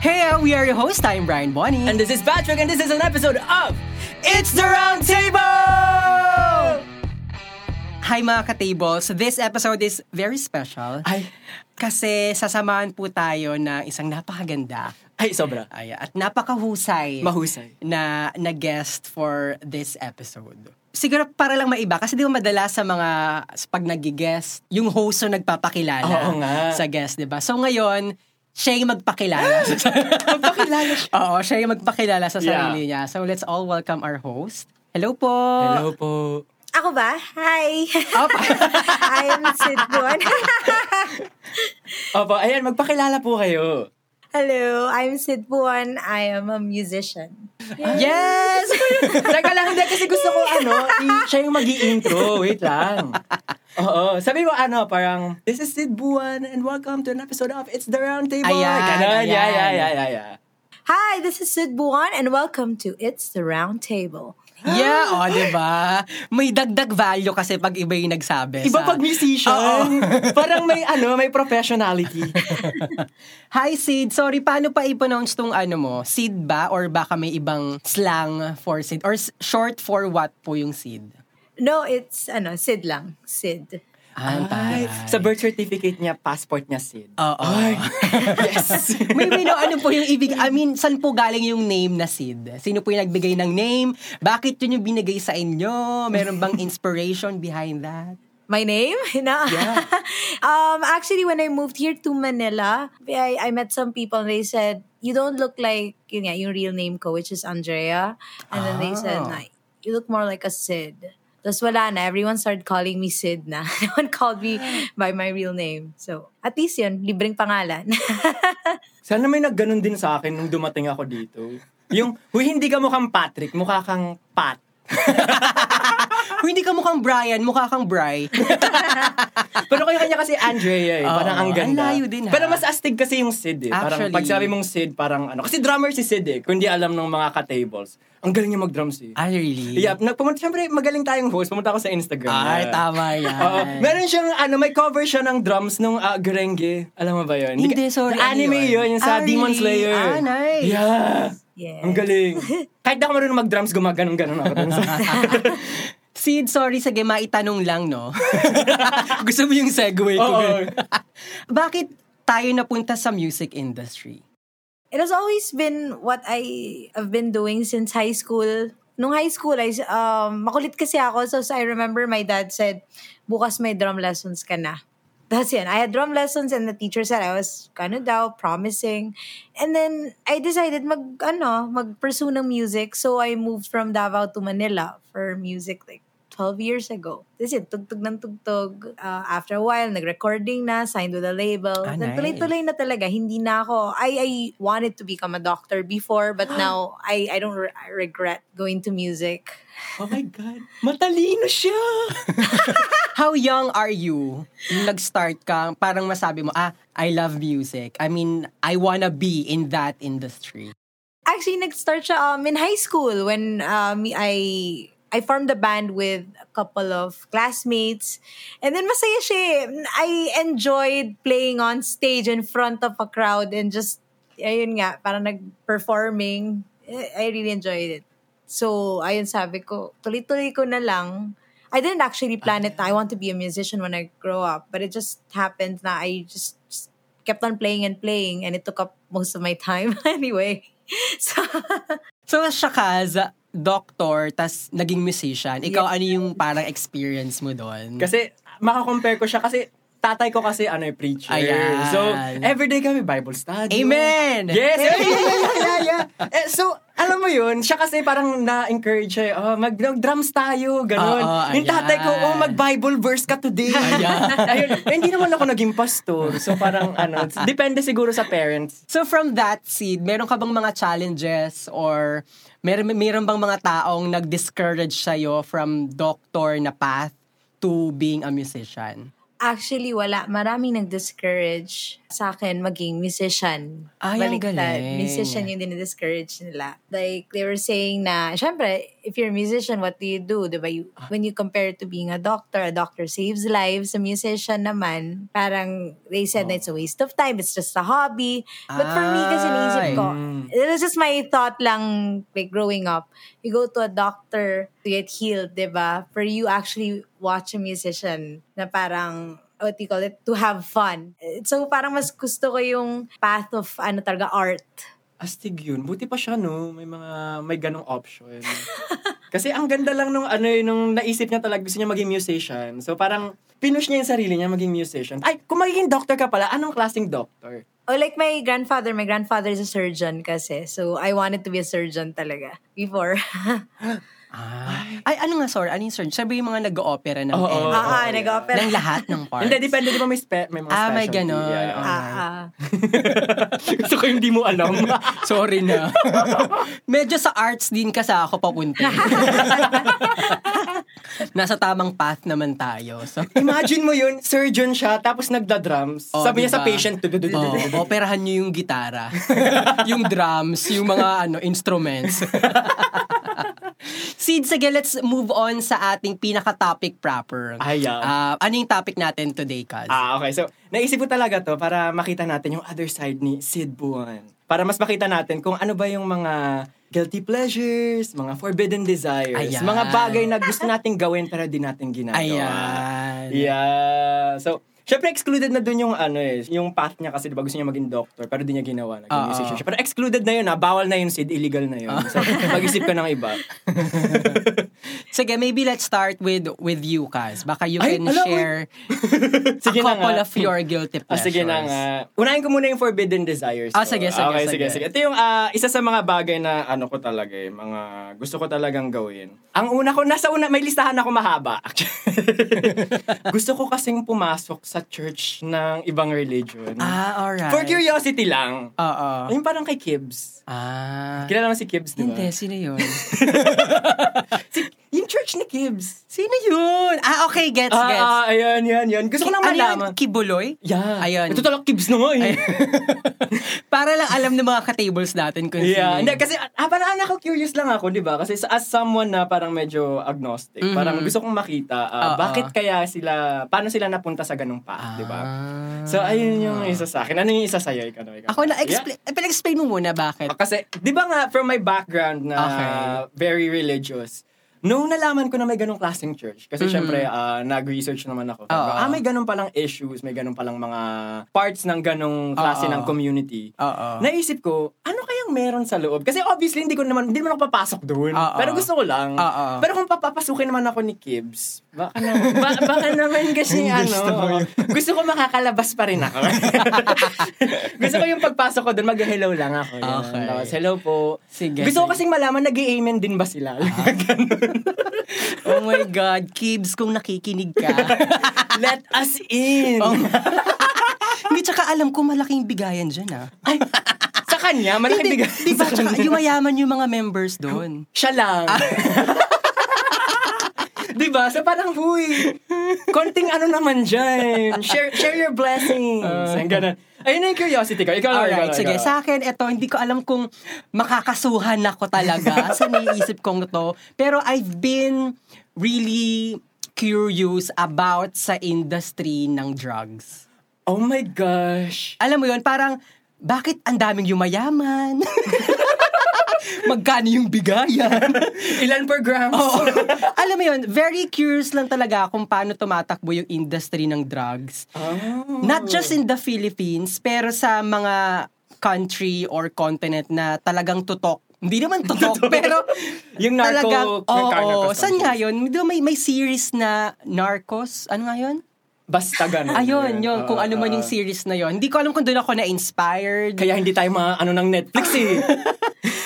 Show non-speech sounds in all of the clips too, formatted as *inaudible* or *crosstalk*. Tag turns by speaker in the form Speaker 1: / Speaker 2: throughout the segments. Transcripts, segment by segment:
Speaker 1: Hey, uh, we are your host. I'm Brian Bonnie.
Speaker 2: And this is Patrick, and this is an episode of
Speaker 1: it's the Round Table! Hi mga ka-tables. This episode is very special.
Speaker 2: Ay,
Speaker 1: Kasi sasamahan po tayo ng isang napakaganda
Speaker 2: ay, sobra.
Speaker 1: ay, at napakahusay
Speaker 2: Mahusay.
Speaker 1: na, na guest for this episode. Siguro para lang maiba, kasi di ba madalas sa mga, sa pag nag-guest, yung host ang nagpapakilala
Speaker 2: Oo nga.
Speaker 1: sa guest, di ba? So ngayon, siya yung magpakilala.
Speaker 2: *gasps* Magpakilala siya.
Speaker 1: Oo, siya yung magpakilala sa
Speaker 2: Yeah.
Speaker 1: sarili niya. So let's all welcome our host. Hello po!
Speaker 2: Hello po.
Speaker 3: Ako ba? Hi!
Speaker 1: Opo.
Speaker 3: *laughs* I'm Sid Bon.
Speaker 2: Opo, ayan, magpakilala po kayo.
Speaker 3: *laughs* Hello, I'm Sid Bon. I am a musician.
Speaker 1: yes!
Speaker 2: *laughs* Teka lang, hindi kasi gusto ko ano, i- siya yung mag intro Wait lang. Oo, sabi mo ano, parang, this is Sid Buwan and welcome to an episode of It's the Round Table.
Speaker 1: Ayan,
Speaker 2: Ganon, yeah,
Speaker 1: ayan.
Speaker 2: yeah, yeah, yeah, yeah.
Speaker 3: Hi, this is Sid Bon and welcome to It's the Round Table.
Speaker 1: Yeah, o, di ba? May dagdag value kasi pag iba yung nagsabi.
Speaker 2: Iba
Speaker 1: sa-
Speaker 2: pag musician, parang may ano, may professionality.
Speaker 1: Hi, Sid. Sorry, paano pa i-pronounce tong ano mo? Sid ba? Or baka may ibang slang for Sid? Or s- short for what po yung Sid?
Speaker 3: No, it's, ano, Sid lang. Sid.
Speaker 1: Ah, ang
Speaker 2: Ay,
Speaker 1: taray.
Speaker 2: sa birth certificate niya, passport niya, Sid.
Speaker 1: Oo. *laughs*
Speaker 2: yes.
Speaker 1: May may no, ano po yung ibig, I mean, saan po galing yung name na Sid? Sino po yung nagbigay ng name? Bakit yun yung binigay sa inyo? Meron
Speaker 2: *laughs*
Speaker 1: bang inspiration behind that?
Speaker 3: My name? *laughs* No.
Speaker 2: Yeah.
Speaker 3: um, actually, when I moved here to Manila, I, I met some people and they said, you don't look like yun nga, yung real name ko, which is Andrea. And then they
Speaker 1: Ah.
Speaker 3: said, "Na, you look more like a Sid. Tapos wala na, everyone started calling me Sid na. *laughs* no one called me by my real name. So, at least yun, libreng pangalan. *laughs*
Speaker 2: Sana may nagganon din sa akin nung dumating ako dito. Yung, huy, hindi ka mukhang Patrick, mukha kang Pat.
Speaker 1: Kung hindi ka mukhang Brian, mukha kang
Speaker 2: *laughs*
Speaker 1: Bri.
Speaker 2: Pero kayo kanya kasi Andrea eh.
Speaker 1: Oo,
Speaker 2: Parang ang
Speaker 1: ang
Speaker 2: ganda.
Speaker 1: layo din, ha?
Speaker 2: Pero mas astig kasi yung Sid eh.
Speaker 1: Actually.
Speaker 2: Parang pag sabi mong Sid, parang ano. Kasi drummer si Sid eh. Kung di alam ng mga ka-tables. Ang galing niya mag-drums eh.
Speaker 1: Ah, really?
Speaker 2: Yeah, nagpumunta, syempre magaling tayong host. Pumunta ako sa Instagram.
Speaker 1: Ay,
Speaker 2: Yeah.
Speaker 1: tama yan.
Speaker 2: Oo. meron siyang ano, may cover siya ng drums nung ah, Gurenge. Alam mo ba yun?
Speaker 1: Hindi,
Speaker 2: ka-
Speaker 1: sorry, ano
Speaker 2: Anime
Speaker 1: yun?
Speaker 2: yun, yung sa
Speaker 1: Ah,
Speaker 2: Demon
Speaker 1: really?
Speaker 2: Slayer.
Speaker 1: Ah, nice.
Speaker 2: Yeah.
Speaker 3: Yes.
Speaker 1: *laughs*
Speaker 2: Ang galing. Kahit di ako marunong mag-drums, gumaganong-ganon ako dun sa...
Speaker 1: Sid, sorry, sige, maitanong lang, no? *laughs* Gusto mo yung segue ko?
Speaker 2: Oo.
Speaker 1: *laughs* Bakit tayo napunta sa music industry?
Speaker 3: It has always been what I have been doing since high school. Nung high school, I, um, makulit kasi ako. So, so I remember my dad said, bukas may drum lessons ka na. *laughs* That's it. I had drum lessons and the teacher said I was gonna daw, promising. And then I decided mag, ano, mag-pursue ng music. So I moved from Davao to Manila for music like 12 years ago. That's it. Tugtog ng tugtog. Uh, after a while, nag-recording na, signed with a label.
Speaker 1: Ah, nice.
Speaker 3: Then tuloy-tuloy tuloy na talaga. Hindi na ako. I I wanted to become a doctor before,
Speaker 1: *gasps*
Speaker 3: but now I I don't re- I regret going to music.
Speaker 2: Oh my God. Matalino siya.
Speaker 1: How young are you nung nag-start ka? Parang masabi mo, ah, I love music. I mean, I wanna be in that industry.
Speaker 3: Actually, nag-start siya um, in high school when um, I I formed a band with a couple of classmates. And then masaya siya. eh. I enjoyed playing on stage in front of a crowd and just, ayun nga, parang nag-performing. Eh, I really enjoyed it. So, ayun sabi ko, tuloy-tuloy ko na lang. I didn't actually plan it. na I want to be a musician when I grow up. But it just happened na I just, just kept on playing and playing and it took up most of my time *laughs* anyway. So,
Speaker 1: So, siya ka, za- doctor, tas naging musician. Ikaw, ano yung parang experience mo doon?
Speaker 2: Kasi, makakompare ko siya kasi tatay ko kasi ano eh, preacher.
Speaker 1: Ayan.
Speaker 2: So, everyday kami Bible study.
Speaker 1: Amen!
Speaker 2: Yes! *laughs* Yeah, yeah, yeah, yeah, yeah. Eh, so, alam mo yun, siya kasi parang na-encourage siya, eh, oh, mag- mag-drums tayo, ganun.
Speaker 1: Oo,
Speaker 2: yung tatay ko,
Speaker 1: ayan.
Speaker 2: oh, mag-Bible verse ka today.
Speaker 1: Ayan.
Speaker 2: *laughs* Ayun. Eh, hindi naman ako naging pastor. So, parang ano, depende siguro sa parents.
Speaker 1: So from that seed, meron ka bang mga challenges or meron, meron bang mga taong nag-discourage sa'yo from doctor na path to being a musician?
Speaker 3: actually, wala. Maraming nag-discourage sa akin maging musician.
Speaker 1: Ay, ang
Speaker 3: Baliktad.
Speaker 1: galing.
Speaker 3: Musician yung dinidiscourage nila. Like, they were saying na, syempre, if you're a musician, what do you do? Diba? You, when you compare it to being a doctor, a doctor saves lives. A musician naman, parang they said na it's a waste of time. It's just a hobby. But for me, kasi naisip ko, it was just my thought lang, like growing up. You go to a doctor to get healed, diba? For you actually watch a musician na parang what you call it, to have fun. So parang mas gusto ko yung path of ano talaga, art.
Speaker 2: Astig yun. Buti pa siya, no? May mga, may ganong option. *laughs* Kasi ang ganda lang nung, ano eh, nung naisip niya talaga, gusto niya maging musician. So parang, pinush niya yung sarili niya maging musician. Ay, kung magiging doctor ka pala, anong klaseng doctor?
Speaker 3: Oh, like my grandfather, my grandfather is a surgeon kasi. So, I wanted to be a surgeon talaga before. *laughs*
Speaker 1: Ay, ano nga, sorry. Ano yung surgery? Sabi yung mga nag-opera ng
Speaker 2: Oo,
Speaker 1: end.
Speaker 2: oo,
Speaker 3: ah,
Speaker 2: yeah.
Speaker 3: nag-opera.
Speaker 1: ng lahat ng parts.
Speaker 2: Hindi, depende, di ba may, spe- may mga
Speaker 1: Ah, may
Speaker 2: specialty?
Speaker 1: ganon.
Speaker 2: Yeah.
Speaker 1: Ah.
Speaker 3: *laughs* Ah, ah.
Speaker 2: Gusto ko yung di mo
Speaker 1: *laughs*
Speaker 2: alam.
Speaker 1: Sorry na. *laughs* Medyo sa arts din kasi ako
Speaker 2: *laughs*
Speaker 1: papunta. Nasa tamang path naman tayo. So,
Speaker 2: Imagine mo yun, surgeon siya, tapos nagda-drums.
Speaker 1: Oh,
Speaker 2: Sabi niya sa
Speaker 1: diba?
Speaker 2: patient,
Speaker 1: oh,
Speaker 2: "Dudududududu."
Speaker 1: operahan niyo yung
Speaker 2: *laughs*
Speaker 1: gitara, yung drums, yung mga ano instruments. *laughs* Sid, sige, let's move on sa ating pinaka-topic proper.
Speaker 2: Ay, yeah.
Speaker 1: Ah, ano yung topic natin today, Kaz?
Speaker 2: Ah, okay. So, naisip ko talaga to para makita natin yung other side ni Sid Buwan. Para mas makita natin kung ano ba yung mga guilty pleasures, mga forbidden desires,
Speaker 1: Ayan.
Speaker 2: mga bagay na gusto nating gawin pero di natin ginagawa.
Speaker 1: Ayan.
Speaker 2: Yeah. So, syempre excluded na dun yung ano eh, yung path niya kasi 'di ba gusto niya maging doctor pero di niya ginawa, naging
Speaker 1: Oo.
Speaker 2: musician siya. Pero excluded na yun, ah. bawal na yun, Sid, illegal na yun. So, mag-isip ka ng
Speaker 1: *laughs*
Speaker 2: iba.
Speaker 1: Sige, maybe let's start with with you, Kaz. Baka you
Speaker 2: Ay,
Speaker 1: can
Speaker 2: ala, uy.
Speaker 1: share a
Speaker 2: Sige na
Speaker 1: couple
Speaker 2: nga.
Speaker 1: of your guilty
Speaker 2: Ah,
Speaker 1: pleasures.
Speaker 2: sige na nga. Unahin ko muna yung forbidden desires.
Speaker 1: Ah,
Speaker 2: ko.
Speaker 1: sige, sige,
Speaker 2: Okay,
Speaker 1: sige.
Speaker 2: sige, sige. Ito yung ah, isa sa mga bagay na ano ko talaga eh, mga gusto ko talagang gawin. Ang una ko, nasa una, may listahan ako mahaba. *laughs* gusto ko kasing pumasok sa church ng ibang religion.
Speaker 1: Ah, alright.
Speaker 2: For curiosity lang.
Speaker 1: Oo.
Speaker 2: Yung parang kay Kibbs.
Speaker 1: Ah.
Speaker 2: Kilala mo si Kibbs, di ba?
Speaker 1: Hindi, sino
Speaker 2: *laughs*
Speaker 1: yun?
Speaker 2: Yung church ni Kibbs.
Speaker 1: sino yun? Ah, okay, gets,
Speaker 2: Ah,
Speaker 1: gets.
Speaker 2: ah, ayan, yan, yan. Gusto ko lang
Speaker 1: ano yun?
Speaker 2: malaman.
Speaker 1: Kibuloy?
Speaker 2: Yeah.
Speaker 1: Ayun.
Speaker 2: Ito talaga Kibbs na nga eh. *laughs*
Speaker 1: Para lang alam ng mga ka-tables natin kung sino
Speaker 2: Yeah, hindi
Speaker 1: yun.
Speaker 2: kasi ah, parang ako curious lang ako, 'di ba? Kasi sa- as someone na parang medyo agnostic, parang gusto kong makita
Speaker 1: Oo.
Speaker 2: ah, bakit kaya sila paano sila napunta sa ganung path, 'di ba?
Speaker 1: Ah.
Speaker 2: So ayun yung isa sa akin. Ano yung isa sa iyo ikaw? ikaw?
Speaker 1: Ako na,
Speaker 2: Yeah.
Speaker 1: explain, explain mo muna bakit.
Speaker 2: Ah, Kasi 'di ba nga from my background na
Speaker 1: Okay.
Speaker 2: very religious. Nung nalaman ko na may ganung klaseng church, kasi syempre ah, nag-research naman ako.
Speaker 1: Mm-hmm. Oo.
Speaker 2: ah, may ganun palang issues, may ganun palang mga parts ng ganung klase
Speaker 1: Oo.
Speaker 2: ng community.
Speaker 1: Oo.
Speaker 2: Naisip ko, ano kayang meron sa loob? Kasi obviously, hindi ko naman, hindi naman ako papasok doon.
Speaker 1: Oo.
Speaker 2: Pero gusto ko lang.
Speaker 1: Oo.
Speaker 2: Pero kung papapasukin naman ako ni Kibbs, baka, na, ba- baka naman kasi ano,
Speaker 1: *laughs* Gusto mo yun.
Speaker 2: gusto ko makakalabas pa rin
Speaker 1: *laughs*
Speaker 2: ako. *laughs* gusto ko yung pagpasok ko doon, mag-hello lang ako. Yun.
Speaker 1: Okay.
Speaker 2: Tapos, hello po.
Speaker 1: Sige, sige.
Speaker 2: Gusto ko
Speaker 1: Ah.
Speaker 2: kasing malaman, nag amen din ba sila? Ganun.
Speaker 1: oh my God, Kibs, kung nakikinig ka.
Speaker 2: *laughs* Let us in!
Speaker 1: Oh.
Speaker 2: *laughs*
Speaker 1: Hindi, tsaka alam ko malaking bigayan dyan ah.
Speaker 2: Ay, sa kanya, malaking
Speaker 1: Hindi,
Speaker 2: bigay.
Speaker 1: di ba?
Speaker 2: *laughs*
Speaker 1: Tsaka yumayaman yung mga members doon.
Speaker 2: Siya lang.
Speaker 1: Ah.
Speaker 2: *laughs* Di ba? So parang, huy, konting ano naman dyan. Share, share your blessings.
Speaker 1: Ah,
Speaker 2: Ang ganun. Ayun na yung curiosity ko. Ikaw, ikaw,
Speaker 1: Alright,
Speaker 2: ikaw,
Speaker 1: sige.
Speaker 2: ikaw.
Speaker 1: Sa akin, eto, hindi ko alam kung makakasuhan ako talaga
Speaker 2: *laughs*
Speaker 1: sa naiisip kong to. Pero I've been really curious about sa industry ng drugs.
Speaker 2: Oh my gosh.
Speaker 1: Alam mo yon parang, bakit ang daming yumayaman? *laughs* Magkano yung bigayan? *laughs*
Speaker 2: Ilan per grams?
Speaker 1: Oo. Alam mo yun, very curious lang talaga kung paano tumatakbo yung industry ng drugs.
Speaker 2: Oh.
Speaker 1: Not just in the Philippines, pero sa mga country or continent na talagang tutok. Hindi naman
Speaker 2: *laughs*
Speaker 1: tutok, pero
Speaker 2: Yung narco-
Speaker 1: talagang,
Speaker 2: yung
Speaker 1: oo,
Speaker 2: narco
Speaker 1: saan nga
Speaker 2: countries.
Speaker 1: yun? Di ba may, may series na Narcos? Ano nga yun?
Speaker 2: Basta ganun. Ah,
Speaker 1: Ayun, yun, kung
Speaker 2: Oo,
Speaker 1: ano man
Speaker 2: oo.
Speaker 1: yung series na yun. Hindi ko alam kung doon ako na-inspired.
Speaker 2: Kaya hindi tayo mga ano ng Netflix
Speaker 1: *laughs*
Speaker 2: eh.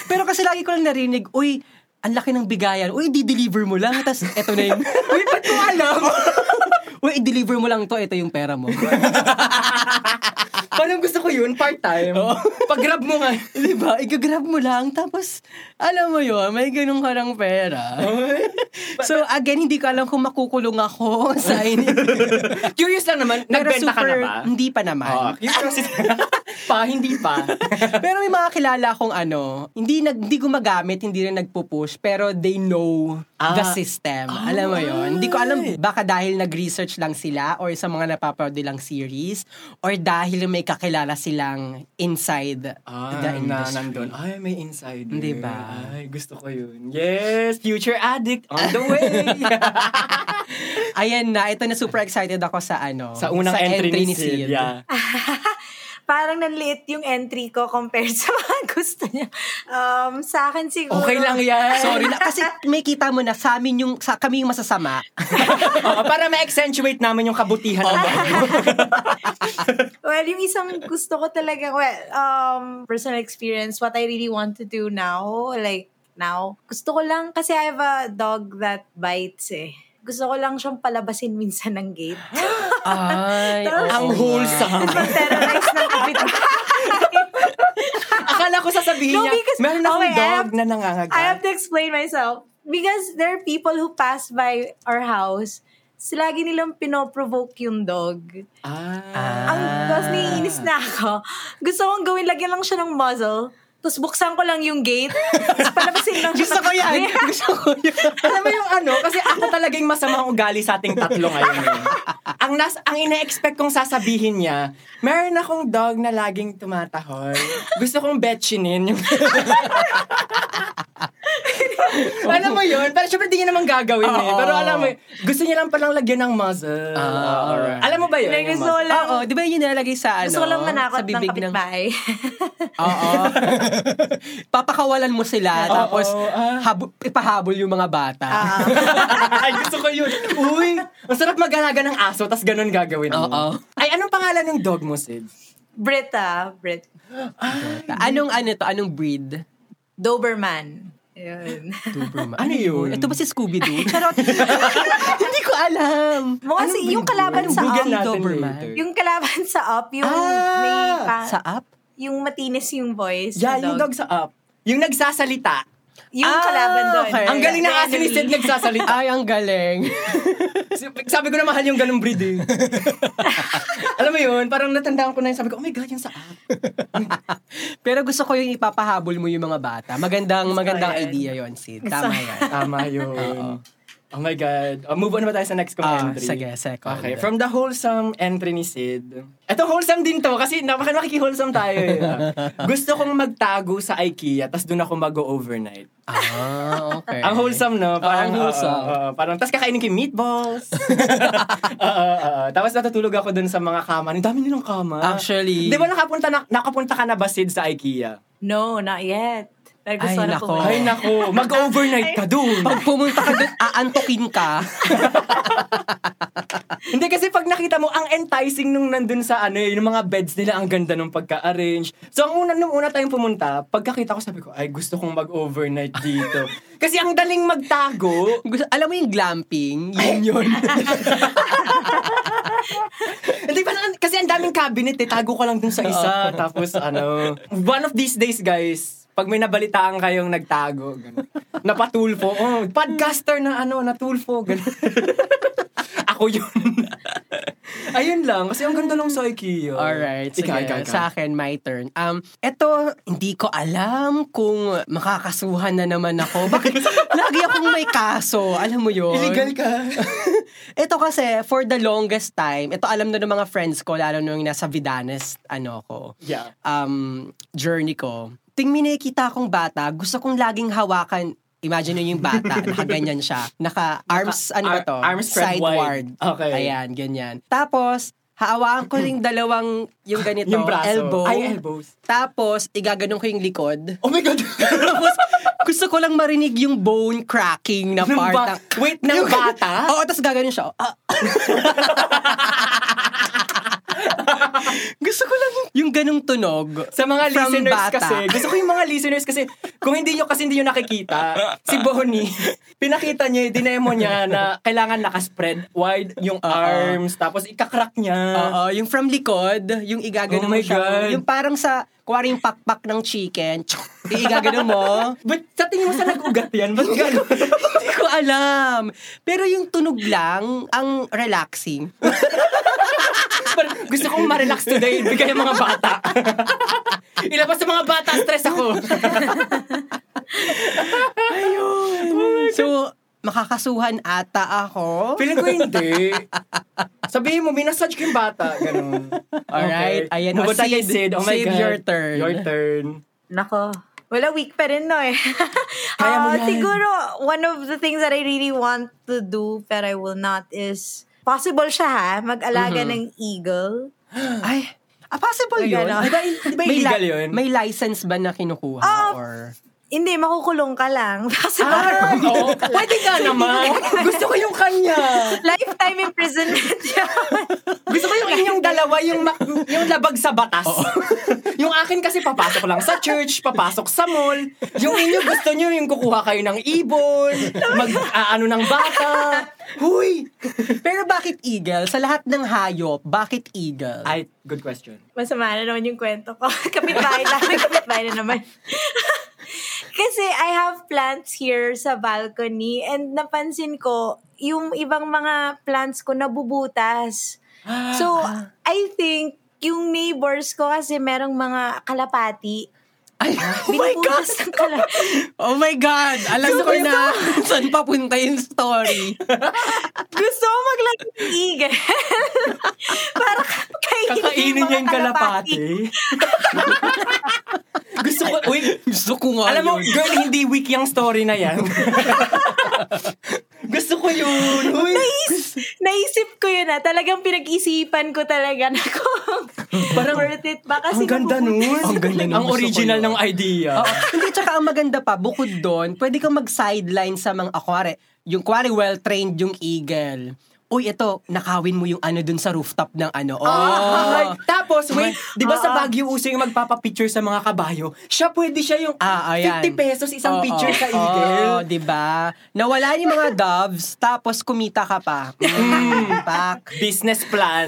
Speaker 1: Pero kasi lagi ko lang narinig, uy, ang laki ng bigayan. Uy, di-deliver mo lang. Tapos, eto na
Speaker 2: *laughs*
Speaker 1: yung... uy, ba't mo alam? *laughs* uy, i-deliver mo lang to. Ito yung pera
Speaker 2: *laughs*
Speaker 1: mo.
Speaker 2: Parang gusto ko yun, part-time.
Speaker 1: Oh.
Speaker 2: Pag-grab mo nga.
Speaker 1: Di ba? Ikagrab mo lang. Tapos, alam mo yun, may ganun ka ng pera. *laughs* so, again, hindi ko alam kung makukulong ako *laughs*
Speaker 2: *laughs*
Speaker 1: sa ini.
Speaker 2: Curious lang naman,
Speaker 1: Pero
Speaker 2: nagbenta ka na
Speaker 1: super-
Speaker 2: ba? Oh, Ah,
Speaker 1: Hindi pa naman.
Speaker 2: *laughs* Oo, curiosity. pa, hindi pa. *laughs*
Speaker 1: pero may mga kilala akong ano, hindi nag hindi gumagamit, hindi rin nagpo-push, pero they know the
Speaker 2: Ah.
Speaker 1: system. alam mo 'yon. Hindi ko alam baka dahil nag-research lang sila or sa mga napapanood nilang series or dahil may kakilala silang inside
Speaker 2: Ah,
Speaker 1: the
Speaker 2: na,
Speaker 1: industry.
Speaker 2: nandun. Ay, may insider.
Speaker 1: Di ba?
Speaker 2: Ay, gusto ko yun. Yes, future addict on the way.
Speaker 1: Ayan na, ito na super excited ako sa ano.
Speaker 2: *laughs* Oh. sa unang entry, ni Sid. Ah. Yeah.
Speaker 3: Parang nanliit yung entry ko compared *laughs* sa mga gusto niya. Um, sa akin siguro.
Speaker 2: Okay lang yan.
Speaker 1: Sorry
Speaker 2: *laughs*
Speaker 1: na, kasi may kita mo na sa amin yung, sa kami yung masasama.
Speaker 2: Oo, Oh, para ma-accentuate namin yung kabutihan. namin.
Speaker 3: Well, yung isang gusto ko talaga, well, um, personal experience, what I really want to do now, like, now, gusto ko lang, kasi I have a dog that bites eh. Gusto ko lang siyang palabasin minsan ng
Speaker 2: *laughs*
Speaker 3: gate.
Speaker 1: Ay,
Speaker 2: Ang wholesome.
Speaker 3: Terrorize ng kapitbahay.
Speaker 2: Akala ko sasabihin
Speaker 3: No,
Speaker 2: niya,
Speaker 3: because-
Speaker 2: meron eh, akong
Speaker 3: Okay, I
Speaker 2: dog
Speaker 3: have-
Speaker 2: na nangangagat.
Speaker 3: I have to explain myself. Because there are people who pass by our house, so lagi nilang pinoprovoke yung dog.
Speaker 2: ah.
Speaker 3: Ang tapos naiinis na ako. Gusto kong gawin, lagyan lang siya ng muzzle. Tapos buksan ko lang yung gate. Tapos
Speaker 1: *laughs*
Speaker 3: palabasin lang siya.
Speaker 1: Gusto ko yan. Gusto ko yan.
Speaker 2: Alam mo yung ano, kasi ako talaga yung masama ang ugali sa ating tatlo ngayon. eh. ang nas ang ina-expect kong sasabihin niya, meron akong dog na laging tumatahol. Gusto kong betchinin
Speaker 1: *laughs*
Speaker 2: yung... alam mo yun? Pero syempre di niya naman gagawin eh.
Speaker 1: Oo.
Speaker 2: Pero alam mo, gusto niya lang palang lagyan ng muzzle.
Speaker 1: Ah, alright.
Speaker 2: Alam mo ba yun?
Speaker 3: Like,
Speaker 2: yung
Speaker 3: gusto ko
Speaker 2: muzzle?
Speaker 3: lang,
Speaker 1: Oo, di ba yun yung nilalagay sa ano?
Speaker 3: gusto ko lang manakot
Speaker 1: sa
Speaker 3: ng
Speaker 1: bibig
Speaker 3: kapitbahay. *laughs*
Speaker 1: Oo. Papakawalan mo sila, tapos
Speaker 2: ah.
Speaker 1: habu- ipahabol yung mga bata.
Speaker 2: *laughs*
Speaker 3: Ah,
Speaker 2: Ay, gusto ko yun. Uy, ang sarap magalaga ng aso, tas ganun gagawin mo.
Speaker 1: Oo.
Speaker 2: Ay, anong pangalan ng dog mo, Sid?
Speaker 3: Brit ah, Brit.
Speaker 1: *laughs* Anong ano to? Anong breed?
Speaker 3: Doberman. Yun.
Speaker 2: Ano yun?
Speaker 1: Ito ba si Scooby-Doo? *laughs* Charot. Hindi ko alam.
Speaker 3: Mukha si, yung kalaban
Speaker 2: Anong
Speaker 3: sa
Speaker 2: breed
Speaker 3: up,
Speaker 2: yan natin
Speaker 1: Doberman.
Speaker 2: later?
Speaker 3: yung kalaban sa up, yung
Speaker 2: Ah,
Speaker 3: may pa-
Speaker 1: Sa app?
Speaker 3: yung matinis yung voice.
Speaker 2: Yeah,
Speaker 3: na
Speaker 2: yung dog sa up. Yung nagsasalita.
Speaker 3: Yung
Speaker 1: Ah,
Speaker 3: kalaban doon.
Speaker 1: okay.
Speaker 2: Ang galing na kasi ni Sid
Speaker 3: Enemy.
Speaker 1: *laughs*
Speaker 2: nagsasalita.
Speaker 1: Ay, ang galing.
Speaker 2: sabi ko na mahal yung ganung breed eh. *laughs* Alam mo yun, parang natandaan ko na yun. Sabi ko, oh my God, yung sa up.
Speaker 1: Pero gusto ko yung ipapahabol mo yung mga bata. Magandang, magandang
Speaker 3: yan.
Speaker 1: idea yon Sid. Tama
Speaker 3: *laughs*
Speaker 1: yan.
Speaker 2: Tama *laughs* yun. Oh my God. Uh, move on ba tayo sa next kong
Speaker 1: Ah,
Speaker 2: entry?
Speaker 1: sige, second.
Speaker 2: Okay, from the wholesome entry ni Sid. Ito, wholesome din to kasi napaka nakiki-wholesome tayo.
Speaker 1: *laughs*
Speaker 2: Eh. Gusto kong magtago sa IKEA tapos doon ako mag-overnight.
Speaker 1: Ah, okay.
Speaker 2: Ang wholesome, no?
Speaker 1: ang wholesome.
Speaker 2: oo, oo, parang, tapos kakainin ko yung *laughs* meatballs. Oo, oo. tapos natutulog ako dun sa mga kama. Ang dami nilang kama.
Speaker 1: Actually-
Speaker 2: Di ba nakapunta, na, nakapunta ka na ba, Sid, sa IKEA?
Speaker 3: No, not yet. Pero gusto
Speaker 1: Ay,
Speaker 3: ko na
Speaker 1: nako.
Speaker 3: pumunta.
Speaker 2: Ay, *laughs* nako. Mag-overnight ka dun.
Speaker 1: Pag pumunta ka doon, aantukin ka. *laughs*
Speaker 2: Hindi kasi pag nakita mo, ang enticing nung nandun sa ano, eh, yung mga beds nila, ang ganda nung pagka-arrange. So, ang una, nung una tayong pumunta, pagkakita ko, sabi ko, ay, gusto kong mag-overnight dito. *laughs* kasi ang daling magtago.
Speaker 1: Gusto, alam mo yung glamping? Yun *laughs* yun.
Speaker 2: Hindi pa lang, kasi ang daming cabinet eh, tago ko lang dun sa
Speaker 1: Ah.
Speaker 2: isa. Tapos ano, one of these days guys, pag may nabalitaan kayong nagtago, ganun. napatulfo, oh, podcaster na ano, natulfo, ganun. *laughs* Ako yun. Ayun lang, kasi ang ganda lang sa IKEA.
Speaker 1: Alright. Sige,
Speaker 2: Ikaw, ikaw, ikaw.
Speaker 1: sa akin, my turn. Um, eto, hindi ko alam kung makakasuhan na naman ako.
Speaker 2: *laughs*
Speaker 1: Bakit lagi akong may kaso? Alam mo yun?
Speaker 2: Illegal ka.
Speaker 1: *laughs* Ito kasi, for the longest time, ito alam na ng mga friends ko, lalo nung nasa Vidanes, ano ko,
Speaker 2: Yeah.
Speaker 1: um, journey ko. Ting minakita akong bata, gusto kong laging hawakan Imagine nyo yung
Speaker 2: *laughs*
Speaker 1: bata, nakaganyan siya. Naka-arms, ano ba
Speaker 2: ar-
Speaker 1: to?
Speaker 2: arms spread
Speaker 1: Sideward.
Speaker 2: wide. Okay.
Speaker 1: Ayan, ganyan. Tapos, haawakan ko
Speaker 2: *laughs*
Speaker 1: yung dalawang, yung ganito,
Speaker 2: Yung braso.
Speaker 1: elbow.
Speaker 2: Ay, elbows.
Speaker 1: Tapos, igaganon ko yung likod.
Speaker 2: Oh my God!
Speaker 1: Tapos, gusto ko lang marinig yung bone cracking na
Speaker 2: Ng
Speaker 1: part.
Speaker 2: ba-
Speaker 1: ng-
Speaker 2: wait, ng
Speaker 1: Yung-
Speaker 2: bata?
Speaker 1: Oo, tapos gaganon siya. Ah. *laughs* gusto ko lang yung, yung ganong tunog.
Speaker 2: Sa mga
Speaker 1: from
Speaker 2: listeners
Speaker 1: bata.
Speaker 2: kasi, gusto ko yung mga listeners kasi, kung hindi nyo kasi hindi nyo nakikita, si Bonnie, pinakita niya, eh, dinemo niya na kailangan nakaspread wide yung arms, tapos ikakrack niya.
Speaker 1: Oo, yung from likod, yung igaganon
Speaker 2: Ah. Oh
Speaker 1: mo
Speaker 2: my
Speaker 1: siya.
Speaker 2: God.
Speaker 1: Yung parang sa, Kuwari yung pakpak ng chicken, tsuk, iigagano mo.
Speaker 2: But sa tingin mo sa nag-ugat yan? Ba't gano'n?
Speaker 1: Hindi ko alam. Pero yung tunog lang, ang relaxing.
Speaker 2: Oh Parang gusto kong ma-relax today. Bigay ang mga bata. Ilabas sa mga bata, stress ako.
Speaker 1: So, makakasuhan ata ako.
Speaker 2: Feeling ko hindi. Sabihin mo, minasage ko yung bata. Ganun.
Speaker 1: Alright, ayan. O,
Speaker 2: Move on tayo kay
Speaker 1: Sid,
Speaker 2: Sid. Oh my
Speaker 1: Sid,
Speaker 2: God.
Speaker 1: your turn.
Speaker 2: Your turn.
Speaker 3: Nako. Wala, week pa rin, no eh.
Speaker 2: *laughs* Kaya mo
Speaker 3: Ah,
Speaker 2: yan.
Speaker 3: Siguro, one of the things that I really want to do but I will not is, possible siya ha, mag-alaga
Speaker 2: Mm-hmm.
Speaker 3: ng eagle.
Speaker 1: Ay, ah, possible
Speaker 3: Like
Speaker 1: yun.
Speaker 3: ano?
Speaker 2: Di ba, di ba
Speaker 1: May,
Speaker 2: illegal
Speaker 1: li-
Speaker 2: yun?
Speaker 1: may license ba na kinukuha?
Speaker 3: Ah,
Speaker 1: or...
Speaker 3: Hindi, makukulong ka lang. *laughs*
Speaker 1: *laughs*
Speaker 3: Kasi
Speaker 2: Ah, oo. Pwede ka naman. Gusto ko yung kanya.
Speaker 3: lifetime imprisonment *laughs* yun.
Speaker 2: Gusto ko yung inyong dalawa, yung, ma- yung labag sa batas. *laughs* yung akin kasi papasok lang sa church, papasok sa mall. Yung inyo gusto nyo yung kukuha kayo ng ibon, mag-ano ng bata. Huy!
Speaker 1: Pero bakit eagle? Sa lahat ng hayop, bakit eagle?
Speaker 2: Ay, good question.
Speaker 3: Masama na naman yung kwento ko. *laughs* kapitbahay namin, kapitbahay na naman. *laughs* Kasi I have plants here sa balcony and napansin ko, yung ibang mga plants ko nabubutas.
Speaker 2: Ah.
Speaker 3: So, I think yung neighbors ko kasi merong mga kalapati.
Speaker 1: Ay, oh my God!
Speaker 3: Binubutas ng kalapati.
Speaker 2: *laughs*
Speaker 1: Oh my God! Alam ko na *laughs* saan papunta yung *laughs* story.
Speaker 3: Gusto ko maglaro ng eagle. *laughs* Para kakainin,
Speaker 2: Kakainin niya yung kalapati. *laughs* Gusto ko, uy,
Speaker 1: Gusto ko nga
Speaker 2: alam mo,
Speaker 1: yun.
Speaker 2: girl, hindi weak yung story na yan. *laughs* Gusto ko yun. Uy,
Speaker 3: Nais, naisip ko yun ah. Talagang pinag-isipan ko talaga na kung
Speaker 2: Parang,
Speaker 3: worth it ba. Kasi
Speaker 2: ang ganda nun.
Speaker 3: napupunta-
Speaker 1: Ang ganda nun,
Speaker 2: Ang
Speaker 1: gusto ko
Speaker 2: original
Speaker 1: yun.
Speaker 2: ng idea.
Speaker 1: Oo. Hindi, tsaka ang maganda pa, bukod doon, pwede kang mag-sideline sa mga, ah, kuwari, yung kuwari well-trained yung eagle. Uy, ito, nakawin mo yung ano dun sa rooftop ng ano. Oh,
Speaker 2: Ay, tapos, wait, di ba sa
Speaker 3: Ah, ah.
Speaker 2: Baguio uso yung magpapapicture sa mga kabayo? Siya pwede siya yung
Speaker 1: Ah, ayan.
Speaker 2: 50 pesos isang
Speaker 1: Oo.
Speaker 2: picture sa
Speaker 1: Oo,
Speaker 2: eagle.
Speaker 1: di ba? Nawala yung mga doves, tapos kumita ka
Speaker 2: *laughs*
Speaker 1: pa. Mm, pak.
Speaker 2: Business *laughs* plan.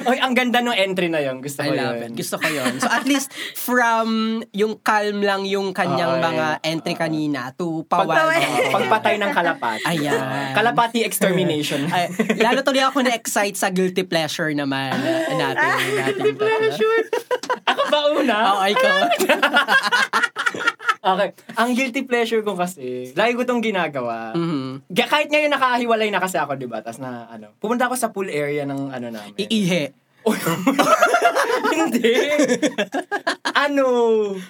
Speaker 2: Oy, ang ganda ng entry na yun. Gusto
Speaker 1: I
Speaker 2: ko
Speaker 1: love
Speaker 2: yun.
Speaker 1: it. Gusto ko yun. So at least from yung calm lang yung kanyang
Speaker 2: Oo,
Speaker 1: mga
Speaker 2: eh.
Speaker 1: entry kanina to
Speaker 2: Pagpatay,
Speaker 1: pawal.
Speaker 3: Pawal.
Speaker 2: *laughs* pagpatay ng kalapati.
Speaker 1: Ayan.
Speaker 2: Kalapati extermination.
Speaker 1: Ay, lalo tuloy ako na-excite sa guilty pleasure naman
Speaker 2: Ah,
Speaker 1: na- natin. natin to.
Speaker 2: *laughs* Ako ba una?
Speaker 1: Oo, ikaw.
Speaker 2: Okay. Ang guilty pleasure ko kasi, lagi ko tong ginagawa.
Speaker 1: Mhm.
Speaker 2: Ga- Kahit ngayon nakahiwalay na kasi ako, di ba? Tapos na, ano, pumunta ako sa pool area ng, ano namin.
Speaker 1: Iihi.
Speaker 2: Uy, *laughs* Hindi. ano,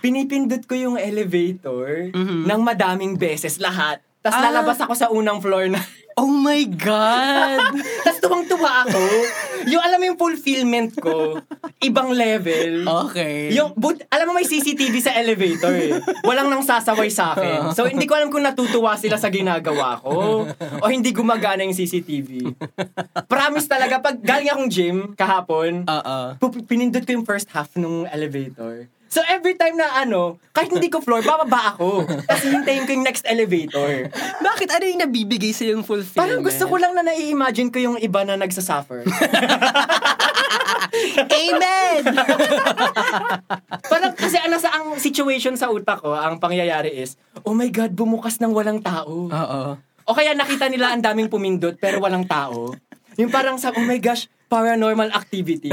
Speaker 2: pinipindot ko yung elevator ng madaming beses lahat. Tapos
Speaker 1: Ah.
Speaker 2: lalabas ako sa unang floor na. *laughs*
Speaker 1: Oh my God!
Speaker 2: Tapos tuwang-tuwa ako. yung alam mo yung fulfillment ko, ibang level.
Speaker 1: Oh. Okay.
Speaker 2: Yung, but, alam mo may CCTV sa elevator eh. Walang nang sasaway sa akin. So, hindi ko alam kung natutuwa sila sa ginagawa ko o hindi gumagana yung CCTV. Promise talaga, pag galing akong gym kahapon,
Speaker 1: Oo.
Speaker 2: pup- pinindot ko yung first half ng elevator. So every time na ano, kahit hindi ko floor, bababa ako. Tapos hintayin ko yung next elevator.
Speaker 1: Bakit ano yung nabibigay sa yung fulfillment?
Speaker 2: Parang gusto ko lang na nai-imagine ko yung iba na nagsasuffer.
Speaker 1: Amen!
Speaker 2: *laughs* Parang kasi ano sa ang situation sa utak ko, ang pangyayari is, oh my God, bumukas ng walang tao.
Speaker 1: Oo. *laughs*
Speaker 2: O kaya nakita nila ang daming pumindot pero walang tao. Yung parang sa, oh my gosh, paranormal activity.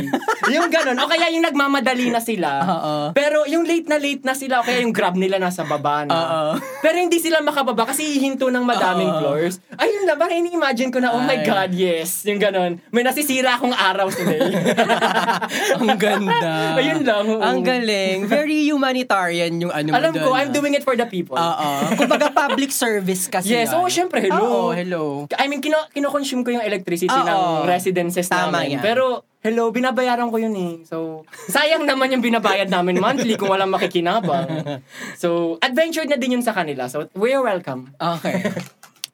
Speaker 2: yung ganun. O kaya yung nagmamadali na sila.
Speaker 1: Oo.
Speaker 2: Pero yung late na late na sila, o kaya yung grab nila nasa baba na.
Speaker 1: Oo.
Speaker 2: Pero hindi sila makababa kasi hihinto ng madaming
Speaker 1: Oo.
Speaker 2: floors. Ayun na, parang ini-imagine ko na, oh
Speaker 1: Ay.
Speaker 2: my God, yes. Yung ganun. May nasisira akong araw today.
Speaker 1: *laughs* Ang ganda.
Speaker 2: Ayun lang, oo.
Speaker 1: Ang galing. Very humanitarian yung ano mo
Speaker 2: Alam
Speaker 1: doon,
Speaker 2: ko, I'm
Speaker 1: ah.
Speaker 2: doing it for the people.
Speaker 1: Oo. Kumbaga public service kasi
Speaker 2: Yes,
Speaker 1: yun.
Speaker 2: oo, syempre,
Speaker 1: Oo,
Speaker 2: hello.
Speaker 1: hello.
Speaker 2: I mean, kino, kinoconsume ko yung electricity
Speaker 1: Oo.
Speaker 2: ng residences
Speaker 1: Tama
Speaker 2: namin.
Speaker 1: yan.
Speaker 2: Pero, hello, binabayaran ko yun eh. So, sayang naman yung binabayad namin monthly kung walang
Speaker 1: *laughs*
Speaker 2: makikinabang. So, adventure na din yun sa kanila. So, we're welcome.
Speaker 1: Okay.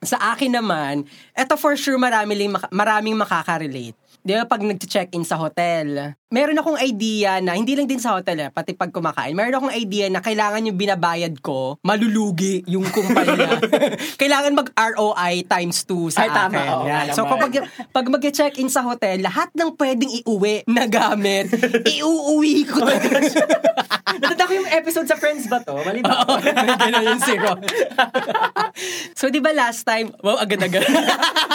Speaker 1: Sa akin naman, eto for sure marami ling maka- maraming makakarelate. di ba pag nag-check-in sa hotel, meron akong idea na, hindi lang din sa hotel eh, pati pag kumakain, meron akong idea na kailangan yung binabayad ko, malulugi yung kumpanya. kailangan mag-ROI times 2 sa
Speaker 2: Ay, tama,
Speaker 1: akin.
Speaker 2: oo,
Speaker 1: Yan.
Speaker 2: nga
Speaker 1: so
Speaker 2: naman.
Speaker 1: kapag pag mag-check-in sa hotel, lahat ng pwedeng iuwi na gamit, iuuwi ko talaga.
Speaker 2: Natanda ko yung episode sa Friends ba to? Mali ba?
Speaker 1: Oo, ganun yung zero. *laughs* so, di ba last time, wow, agad-agad.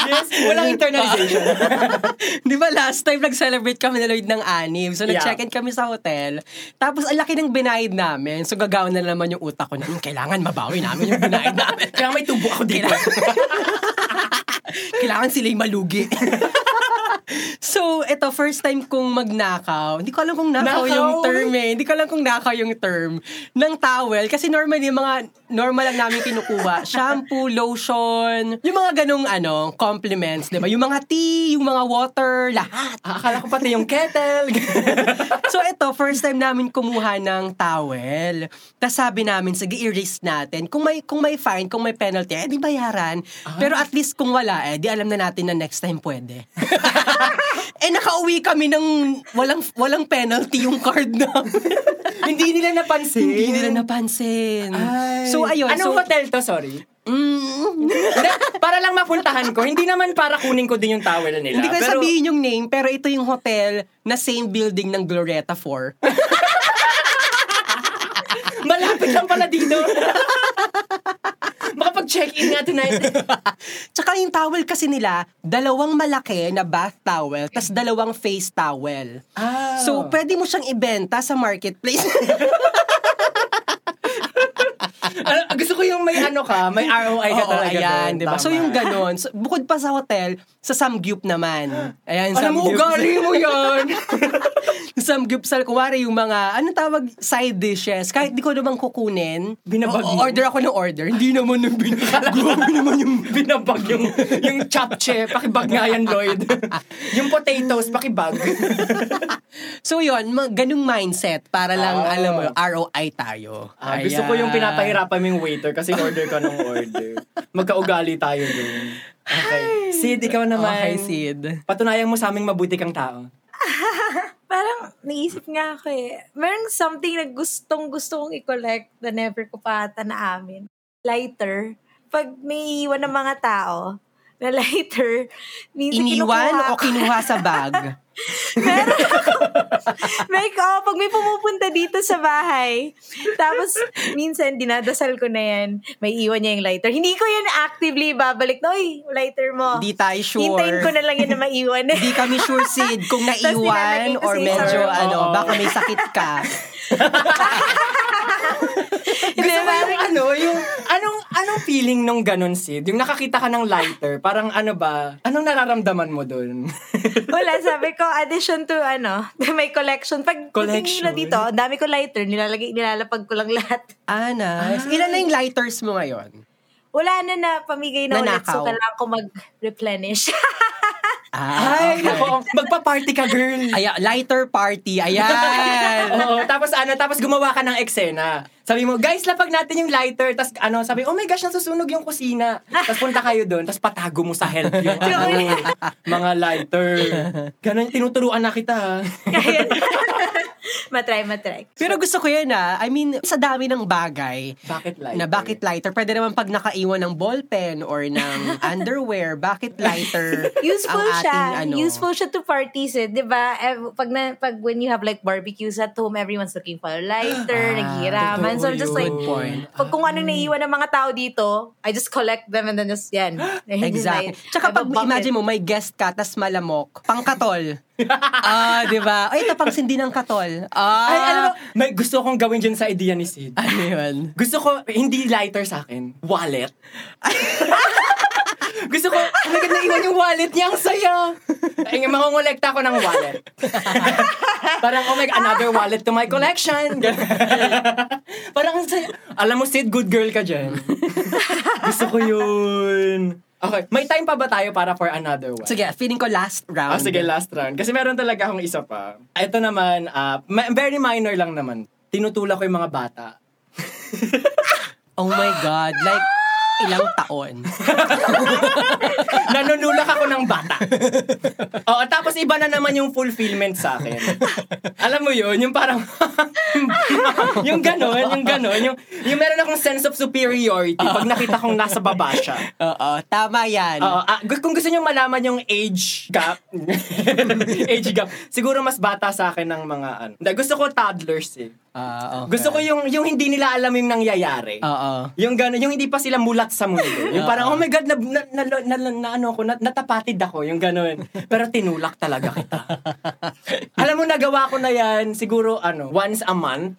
Speaker 2: yes,
Speaker 1: *laughs*
Speaker 2: walang internalization.
Speaker 1: Ah. di ba last time nag-celebrate kami na Lloyd ng anim? So,
Speaker 2: Yeah.
Speaker 1: nag-check-in kami sa hotel. Tapos, ang laki ng binayad namin. So, gagawin na naman yung utak ko na, "Hmm, kailangan mabawi namin yung binayad *laughs* namin.
Speaker 2: Kaya may tubo ako dito.
Speaker 1: kailangan sila yung malugi. *laughs* So, eto, first time kong magnakaw. Hindi ko alam kung nakaw,
Speaker 2: Nakaw?
Speaker 1: yung term eh. Hindi ko alam kung nakaw yung term ng towel. Kasi normally, yung mga normal lang namin
Speaker 2: *laughs*
Speaker 1: kinukuha. Shampoo, lotion, yung mga ganong ano, compliments, di ba? Yung mga tea, yung mga water, lahat.
Speaker 2: Ah, Akala ko pati yung
Speaker 1: *laughs*
Speaker 2: kettle.
Speaker 1: So, eto, first time namin kumuha ng towel. Tapos sabi namin, sige, erase natin. Kung may, kung may fine, kung may penalty, eh, di bayaran.
Speaker 2: Ah.
Speaker 1: Pero at least kung wala, eh, di alam na natin na next time pwede. *laughs* eh, nakauwi kami ng walang, walang penalty yung card namin.
Speaker 2: Hindi nila napansin.
Speaker 1: Hindi nila napansin. So, ayun.
Speaker 2: Anong
Speaker 1: so,
Speaker 2: hotel to? Sorry.
Speaker 1: Mm,
Speaker 2: Hindi, para lang mapuntahan ko. Hindi naman para kunin ko din yung towel nila.
Speaker 1: hindi ko
Speaker 2: Pero-
Speaker 1: sabihin yung name, pero ito yung hotel na same building ng Glorieta 4.
Speaker 2: Malapit lang pala dito. *laughs* Makapag-check-in nga tonight.
Speaker 1: Tsaka yung towel kasi nila, dalawang malaki na bath towel, tas dalawang face towel.
Speaker 2: Ah.
Speaker 1: So, pwede mo siyang ibenta sa marketplace.
Speaker 2: Ano, gusto ko yung may ano ka, *laughs* may ROI ka
Speaker 1: Oo,
Speaker 2: talaga.
Speaker 1: ayan,
Speaker 2: doon.
Speaker 1: di ba? So,
Speaker 2: Tama. *laughs*
Speaker 1: yung ganun. So, bukod pa sa hotel, sa Samgyup naman. Ayan,
Speaker 2: Alam mo,
Speaker 1: Samgyup.
Speaker 2: ugali mo yan.
Speaker 1: *laughs* Samgyup sa kuwari yung mga, ano tawag, side dishes. Kahit di ko naman kukunin,
Speaker 2: Binabag
Speaker 1: o-
Speaker 2: mo?
Speaker 1: order ako ng order. Hindi naman yung bin- *laughs* Grabe naman yung
Speaker 2: Binabag yung, yung chapche, pakibag nga yan, *laughs* Lloyd. yung potatoes, pakibag.
Speaker 1: So yun, ma- ganung mindset para lang,
Speaker 2: Ah.
Speaker 1: alam mo, ROI tayo.
Speaker 2: Ah, gusto ko yung
Speaker 1: Ayan.
Speaker 2: pinapahirapan mo yung waiter *laughs* kasi order ka ng order. Magkaugali tayo doon. Okay. Sid, ikaw naman.
Speaker 1: Okay, Sid.
Speaker 2: Patunayan mo sa aming mabuti kang tao.
Speaker 3: Parang naisip nga ako eh. Merong something na gustong gusto kong i-collect na never ko pa ata naamin. Lighter. Pag naiiwan ng mga tao na *laughs* lighter, minsan
Speaker 1: Iniwan o
Speaker 3: kinukuha ko.
Speaker 1: kinuha sa bag?
Speaker 3: Meron ako. *laughs* May, oh, pag may pumupunta dito sa bahay, tapos minsan dinadasal ko na yan, may iwan niya yung lighter. Hindi ko yan actively babalik. Uy, lighter mo.
Speaker 1: Di tayo sure.
Speaker 3: Hintayin ko na lang yun na maiwan.
Speaker 1: Hindi kami sure, Sid, kung
Speaker 3: Tapos nilalagay
Speaker 1: naiwan
Speaker 3: ko
Speaker 1: or
Speaker 3: sa isang
Speaker 1: medyo
Speaker 3: room.
Speaker 1: ano,
Speaker 2: Oo.
Speaker 1: baka may sakit ka.
Speaker 3: *laughs* Hindi,
Speaker 2: Gusto mo
Speaker 3: parang-
Speaker 2: yung ano, yung anong anong feeling nung ganun Sid? Yung nakakita ka ng lighter, parang ano ba? Anong nararamdaman mo
Speaker 1: *laughs*
Speaker 2: doon?
Speaker 3: *laughs* Wala, sabi ko, addition to, ano, *laughs* to my collection.
Speaker 2: Collection.
Speaker 3: Pag collection. nila dito, ang dami ko lighter, nilalagay, nilalapag ko lang lahat.
Speaker 1: Ah, nice. Ilan na yung lighters mo ngayon?
Speaker 3: Wala na na pamigay na ulit,
Speaker 1: Nanakaw.
Speaker 3: so kailangan ko mag-replenish. *laughs*
Speaker 1: Ah,
Speaker 2: Ay,
Speaker 1: okay.
Speaker 2: nako, magpa-party ka, girl.
Speaker 1: Ayan, lighter party.
Speaker 3: *laughs*
Speaker 1: Ayan.
Speaker 2: *laughs* Oo, tapos ano, tapos gumawa ka ng eksena. Sabi mo, guys, lapag natin yung lighter. Tapos ano, sabi, oh my gosh, nasusunog yung kusina. Tapos punta kayo doon, tapos patago mo sa help
Speaker 1: *laughs*
Speaker 2: yung ano, *laughs* mga lighter. Ganun, tinuturuan na kita.
Speaker 1: *laughs*
Speaker 2: ha.
Speaker 3: Kaya, *laughs* matry, matry.
Speaker 1: Pero gusto ko yan ah. I mean, sa dami ng bagay,
Speaker 2: Bakit lighter?
Speaker 1: na bakit lighter? Pwede naman pag nakaiwan ng ballpen or
Speaker 3: *laughs*
Speaker 1: ng underwear, bakit lighter
Speaker 3: Useful
Speaker 1: ang
Speaker 3: siya.
Speaker 1: ating ano?
Speaker 3: Useful siya to parties eh. Di ba? Ev- Pag, na, pag when you have like barbecues at home, everyone's looking for a lighter, naghihiraman. So I'm just
Speaker 2: totoo
Speaker 1: Ah,
Speaker 3: like,
Speaker 1: Good point.
Speaker 3: pag kung ano naiiwan ng mga tao dito, I just collect them and then just
Speaker 1: *gasps*
Speaker 3: yan.
Speaker 1: Exactly. Tsaka pag imagine mo, may guest ka, tas malamok, pangkatol. ah, di ba? Ay, ito pang sindi ng katol. Ah,
Speaker 2: Ay,
Speaker 3: ano
Speaker 2: alam mo, may gusto kong gawin dyan sa idea ni Sid.
Speaker 1: Ano yun?
Speaker 2: Gusto ko, hindi lighter sa akin, wallet. *laughs* Gusto ko, ang maganda ilan yung wallet niya, ang saya. Ay, nga, mangongolekta ako ng wallet. *laughs* Parang, oh my God, another wallet to my collection. *laughs* Ganun. Parang, ang saya. Alam mo, Sid, good girl ka dyan. *laughs* Gusto ko yun. Okay, may time pa ba tayo para for another one?
Speaker 1: Sige, feeling ko last round.
Speaker 2: Ah, sige, last round. Kasi meron talaga akong isa pa. Ito naman, ah, ma- very minor lang naman. Tinutulak ko yung mga bata.
Speaker 1: Oh my God. Like, ilang taon.
Speaker 2: Nanunulak ako ng bata. Oo, tapos iba na naman yung fulfillment sa akin. Alam mo yun, yung parang, *laughs* yung ganon, yung ganon, yung, yung meron akong sense of superiority pag nakita kong nasa baba siya.
Speaker 1: Oo, tama yan.
Speaker 2: Oo, ah, gu- kung gusto nyo malaman yung age gap, *laughs* age gap, siguro mas bata sa akin ng mga, ano. Hindi, Gusto ko toddlers eh.
Speaker 1: Ah, okay.
Speaker 2: Gusto ko yung, yung hindi nila alam yung nangyayari.
Speaker 1: Oo.
Speaker 2: Yung gano'n, yung hindi pa sila mulat sa mundo. Yung parang,
Speaker 1: Oo.
Speaker 2: oh my God, na, na, na, na, na- ano ako, na- natapatid ako, yung gano'n. Pero tinulak talaga
Speaker 1: *laughs*
Speaker 2: kita. Alam mo, nagawa ko na yan, siguro, ano, once a month.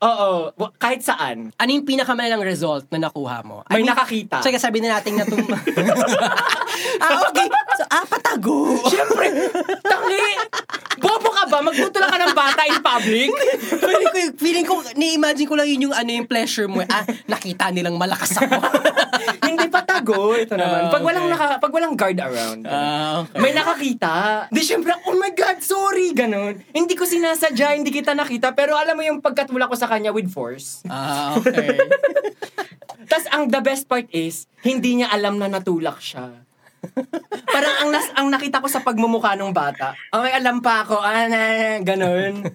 Speaker 2: Oo, wa- kahit saan.
Speaker 1: Ano yung pinakamalalang result na nakuha mo?
Speaker 2: May
Speaker 1: Ano-
Speaker 2: nakakita.
Speaker 1: Tsaka sabi na natin na *laughs* tum- ah, okay. So, ah, patago.
Speaker 2: Siyempre, tangi! Bobo ka ba? Magtutulak ka ng bata in
Speaker 1: *laughs*
Speaker 2: public?
Speaker 1: feeling ko, feeling ko, ni-imagine ko lang yun yung ano yung pleasure mo. Ah, nakita nilang malakas ako.
Speaker 2: hindi pa tago. Ito naman.
Speaker 1: Ah,
Speaker 2: Pag walang,
Speaker 1: okay.
Speaker 2: naka, pag walang guard around.
Speaker 1: *laughs* Ah, okay.
Speaker 2: May nakakita. Di syempre, oh my God, sorry, ganun. Hindi ko sinasadya, hindi kita nakita, pero alam mo yung pagkatula ko sa kanya with force.
Speaker 1: Ah, okay.
Speaker 2: Tapos ang the best part is, hindi niya alam na natulak siya. Parang ang, nas, ang nakita ko sa pagmumukha ng bata, oh may alam pa ako, ah, na- ganun.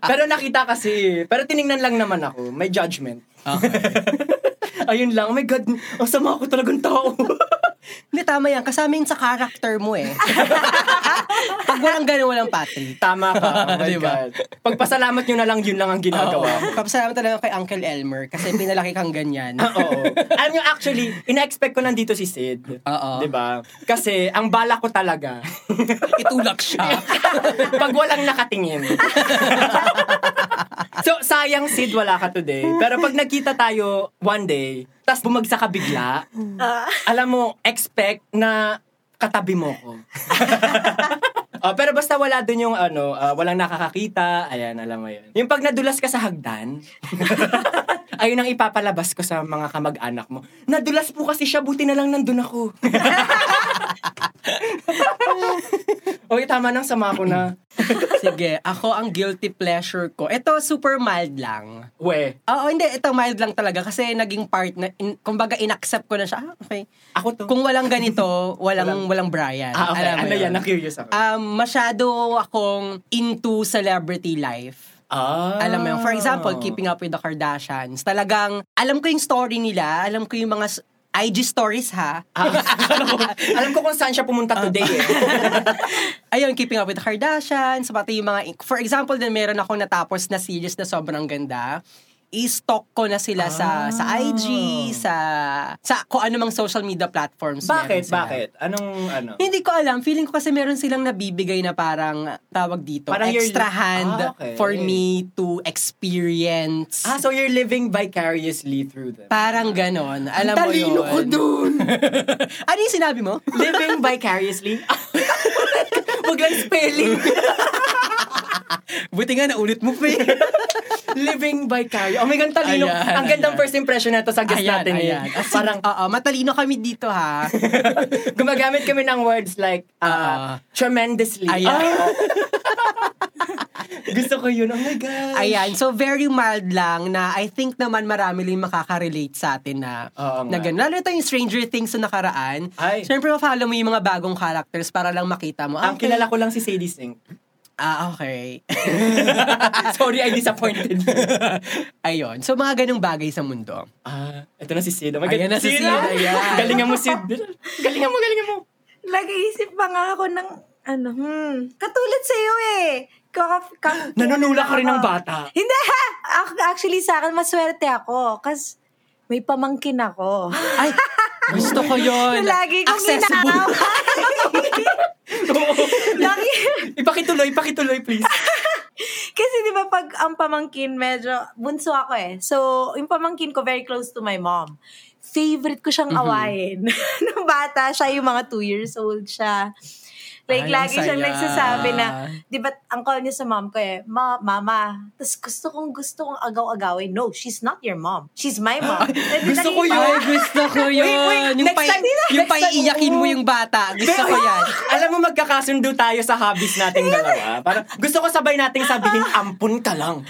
Speaker 2: Pero nakita kasi, pero tiningnan lang naman ako, may judgment.
Speaker 1: Okay.
Speaker 2: *laughs* Ayun lang, oh my God, ang sama ko talagang tao.
Speaker 1: Hindi, tama yan. Kasama yun sa character mo eh. *laughs* Pag walang ganun, walang Patrick.
Speaker 2: Tama ka, oh my
Speaker 1: Diba?
Speaker 2: God. Pagpasalamat nyo na lang, yun lang ang ginagawa ko.
Speaker 1: Kapasalamat talaga kay Uncle Elmer kasi pinalaki kang ganyan.
Speaker 2: *laughs* Ah, Oo. Alam nyo, actually, ina-expect ko nandito si Sid.
Speaker 1: Oo.
Speaker 2: Diba? Kasi, ang bala ko talaga,
Speaker 1: Itulak siya.
Speaker 2: pag walang nakatingin. so, sayang Sid, wala ka today. Pero pag nagkita tayo one day, tas bumagsak ka bigla, alam mo, expect na katabi mo ko. Ah, pero basta wala dun yung ano, ah, walang nakakakita, ayan, alam mo yun. Yung pag nadulas ka sa hagdan, ayun ang ipapalabas ko sa mga kamag-anak mo. Nadulas po kasi siya, buti na lang nandun ako. okay, tama nang sama ko na,
Speaker 1: *laughs* Sige, ako ang guilty pleasure ko. Ito, super mild lang.
Speaker 2: we,
Speaker 1: Oo, hindi. Ito, mild lang talaga kasi naging part na, in, kumbaga, inaccept ko na siya. Ah, okay.
Speaker 2: ako to.
Speaker 1: Kung walang
Speaker 2: *laughs*
Speaker 1: ganito, walang, walang Brian.
Speaker 2: ah, okay,
Speaker 1: Alam mo
Speaker 2: ano yan,
Speaker 1: yun.
Speaker 2: na-curious ako.
Speaker 1: Um, masyado akong into celebrity life.
Speaker 2: ah.
Speaker 1: Alam mo yun. For example, Keeping Up with the Kardashians. Talagang, alam ko yung story nila. Alam ko yung mga s- IG stories ha.
Speaker 2: Ah, alam ko- *laughs* alam ko kung saan siya
Speaker 1: Ah.
Speaker 2: pumunta
Speaker 1: *laughs*
Speaker 2: today eh.
Speaker 1: Ayun, Keeping Up with the Kardashians. Pati yung mga, for example, din meron akong natapos na series na sobrang ganda. I-stalk ko na sila sa sa
Speaker 2: Ah.
Speaker 1: IG, sa sa kung ano mang social media platforms. meron
Speaker 2: Bakit?
Speaker 1: sila.
Speaker 2: Bakit? Anong ano?
Speaker 1: Hindi ko alam. Feeling ko kasi meron silang nabibigay na parang tawag dito,
Speaker 2: Parang you're-
Speaker 1: extra hand
Speaker 2: Ah, okay.
Speaker 1: for me to experience.
Speaker 2: Ah, so you're living vicariously through them.
Speaker 1: parang ganon. Alam mo yun.
Speaker 2: Talino ko dun!
Speaker 1: ano yung sinabi mo?
Speaker 2: *laughs* living vicariously? *laughs* Wag lang spelling.
Speaker 1: Buti nga naulit mo pa eh.
Speaker 2: living vicariously. Oh my God, talino.
Speaker 1: Ayan,
Speaker 2: Ang gandang
Speaker 1: ayan.
Speaker 2: first impression na to sa guest
Speaker 1: Ayan,
Speaker 2: natin
Speaker 1: ayan.
Speaker 2: eh.
Speaker 1: As in,
Speaker 2: Parang
Speaker 1: oo, matalino kami dito ha.
Speaker 2: gumagamit kami ng words like uh,
Speaker 1: Ah.
Speaker 2: tremendously.
Speaker 1: Ayan.
Speaker 2: Ah. *laughs* Gusto ko yun. Oh my God.
Speaker 1: Ayan, so very mild lang na I think naman marami rin makaka-relate sa atin na,
Speaker 2: Oo nga.
Speaker 1: na ganun. Lalo ito yung Stranger Things na nakaraan.
Speaker 2: Ay.
Speaker 1: Siyempre, ma-follow mo yung mga bagong characters para lang makita mo.
Speaker 2: Ang kilala ko lang si Sadie Sink.
Speaker 1: Ah, okay. *laughs*
Speaker 2: *laughs* Sorry, I disappointed.
Speaker 1: Ayun. So, mga ganong bagay sa mundo.
Speaker 2: Ah, ito na si Sid. Oh my
Speaker 1: Ayan na
Speaker 2: God.
Speaker 1: si Sid,
Speaker 2: ah!
Speaker 1: ayan.
Speaker 2: Galingan mo, Sid. Galingan mo, galingan mo.
Speaker 3: Nag-iisip pa nga ako ng, ano, hmm, katulad sa'yo eh. Kaka- ka-
Speaker 2: Nanunula ka rin ng bata. *laughs*
Speaker 3: Hindi! Ac- Actually, sa akin, maswerte ako. Kasi may pamangkin ako.
Speaker 1: Ay, gusto ko yun.
Speaker 3: Na lagi kong
Speaker 1: Accessible. *laughs*
Speaker 3: inaaway. Lagi,
Speaker 2: ipakituloy, ipakituloy, please.
Speaker 3: kasi di ba pag ang pamangkin, medyo bunso ako eh. So, yung pamangkin ko, very close to my mom.
Speaker 2: Mm-hmm.
Speaker 3: *laughs* Favorite ko siyang awayin. Nung bata siya, yung mga two years old siya. Like,
Speaker 2: Ay, ang
Speaker 3: lagi siyang
Speaker 2: saya.
Speaker 3: nagsasabi na, di ba, ang call niya sa mom ko eh, ma, mama, tapos gusto kong gusto kong agaw-agawin. No, she's not your mom. She's
Speaker 2: *laughs*
Speaker 3: my mom.
Speaker 2: gusto ko yun.
Speaker 1: Ay, gusto ko yun. yung
Speaker 2: next
Speaker 1: pay,
Speaker 2: time,
Speaker 1: yung
Speaker 2: next time,
Speaker 1: paiiyakin mo
Speaker 2: oo.
Speaker 1: yung bata. Gusto ko yan.
Speaker 2: Alam mo, magkakasundo tayo sa hobbies nating dalawa. Parang, gusto ko sabay nating sabihin, ampun ka lang.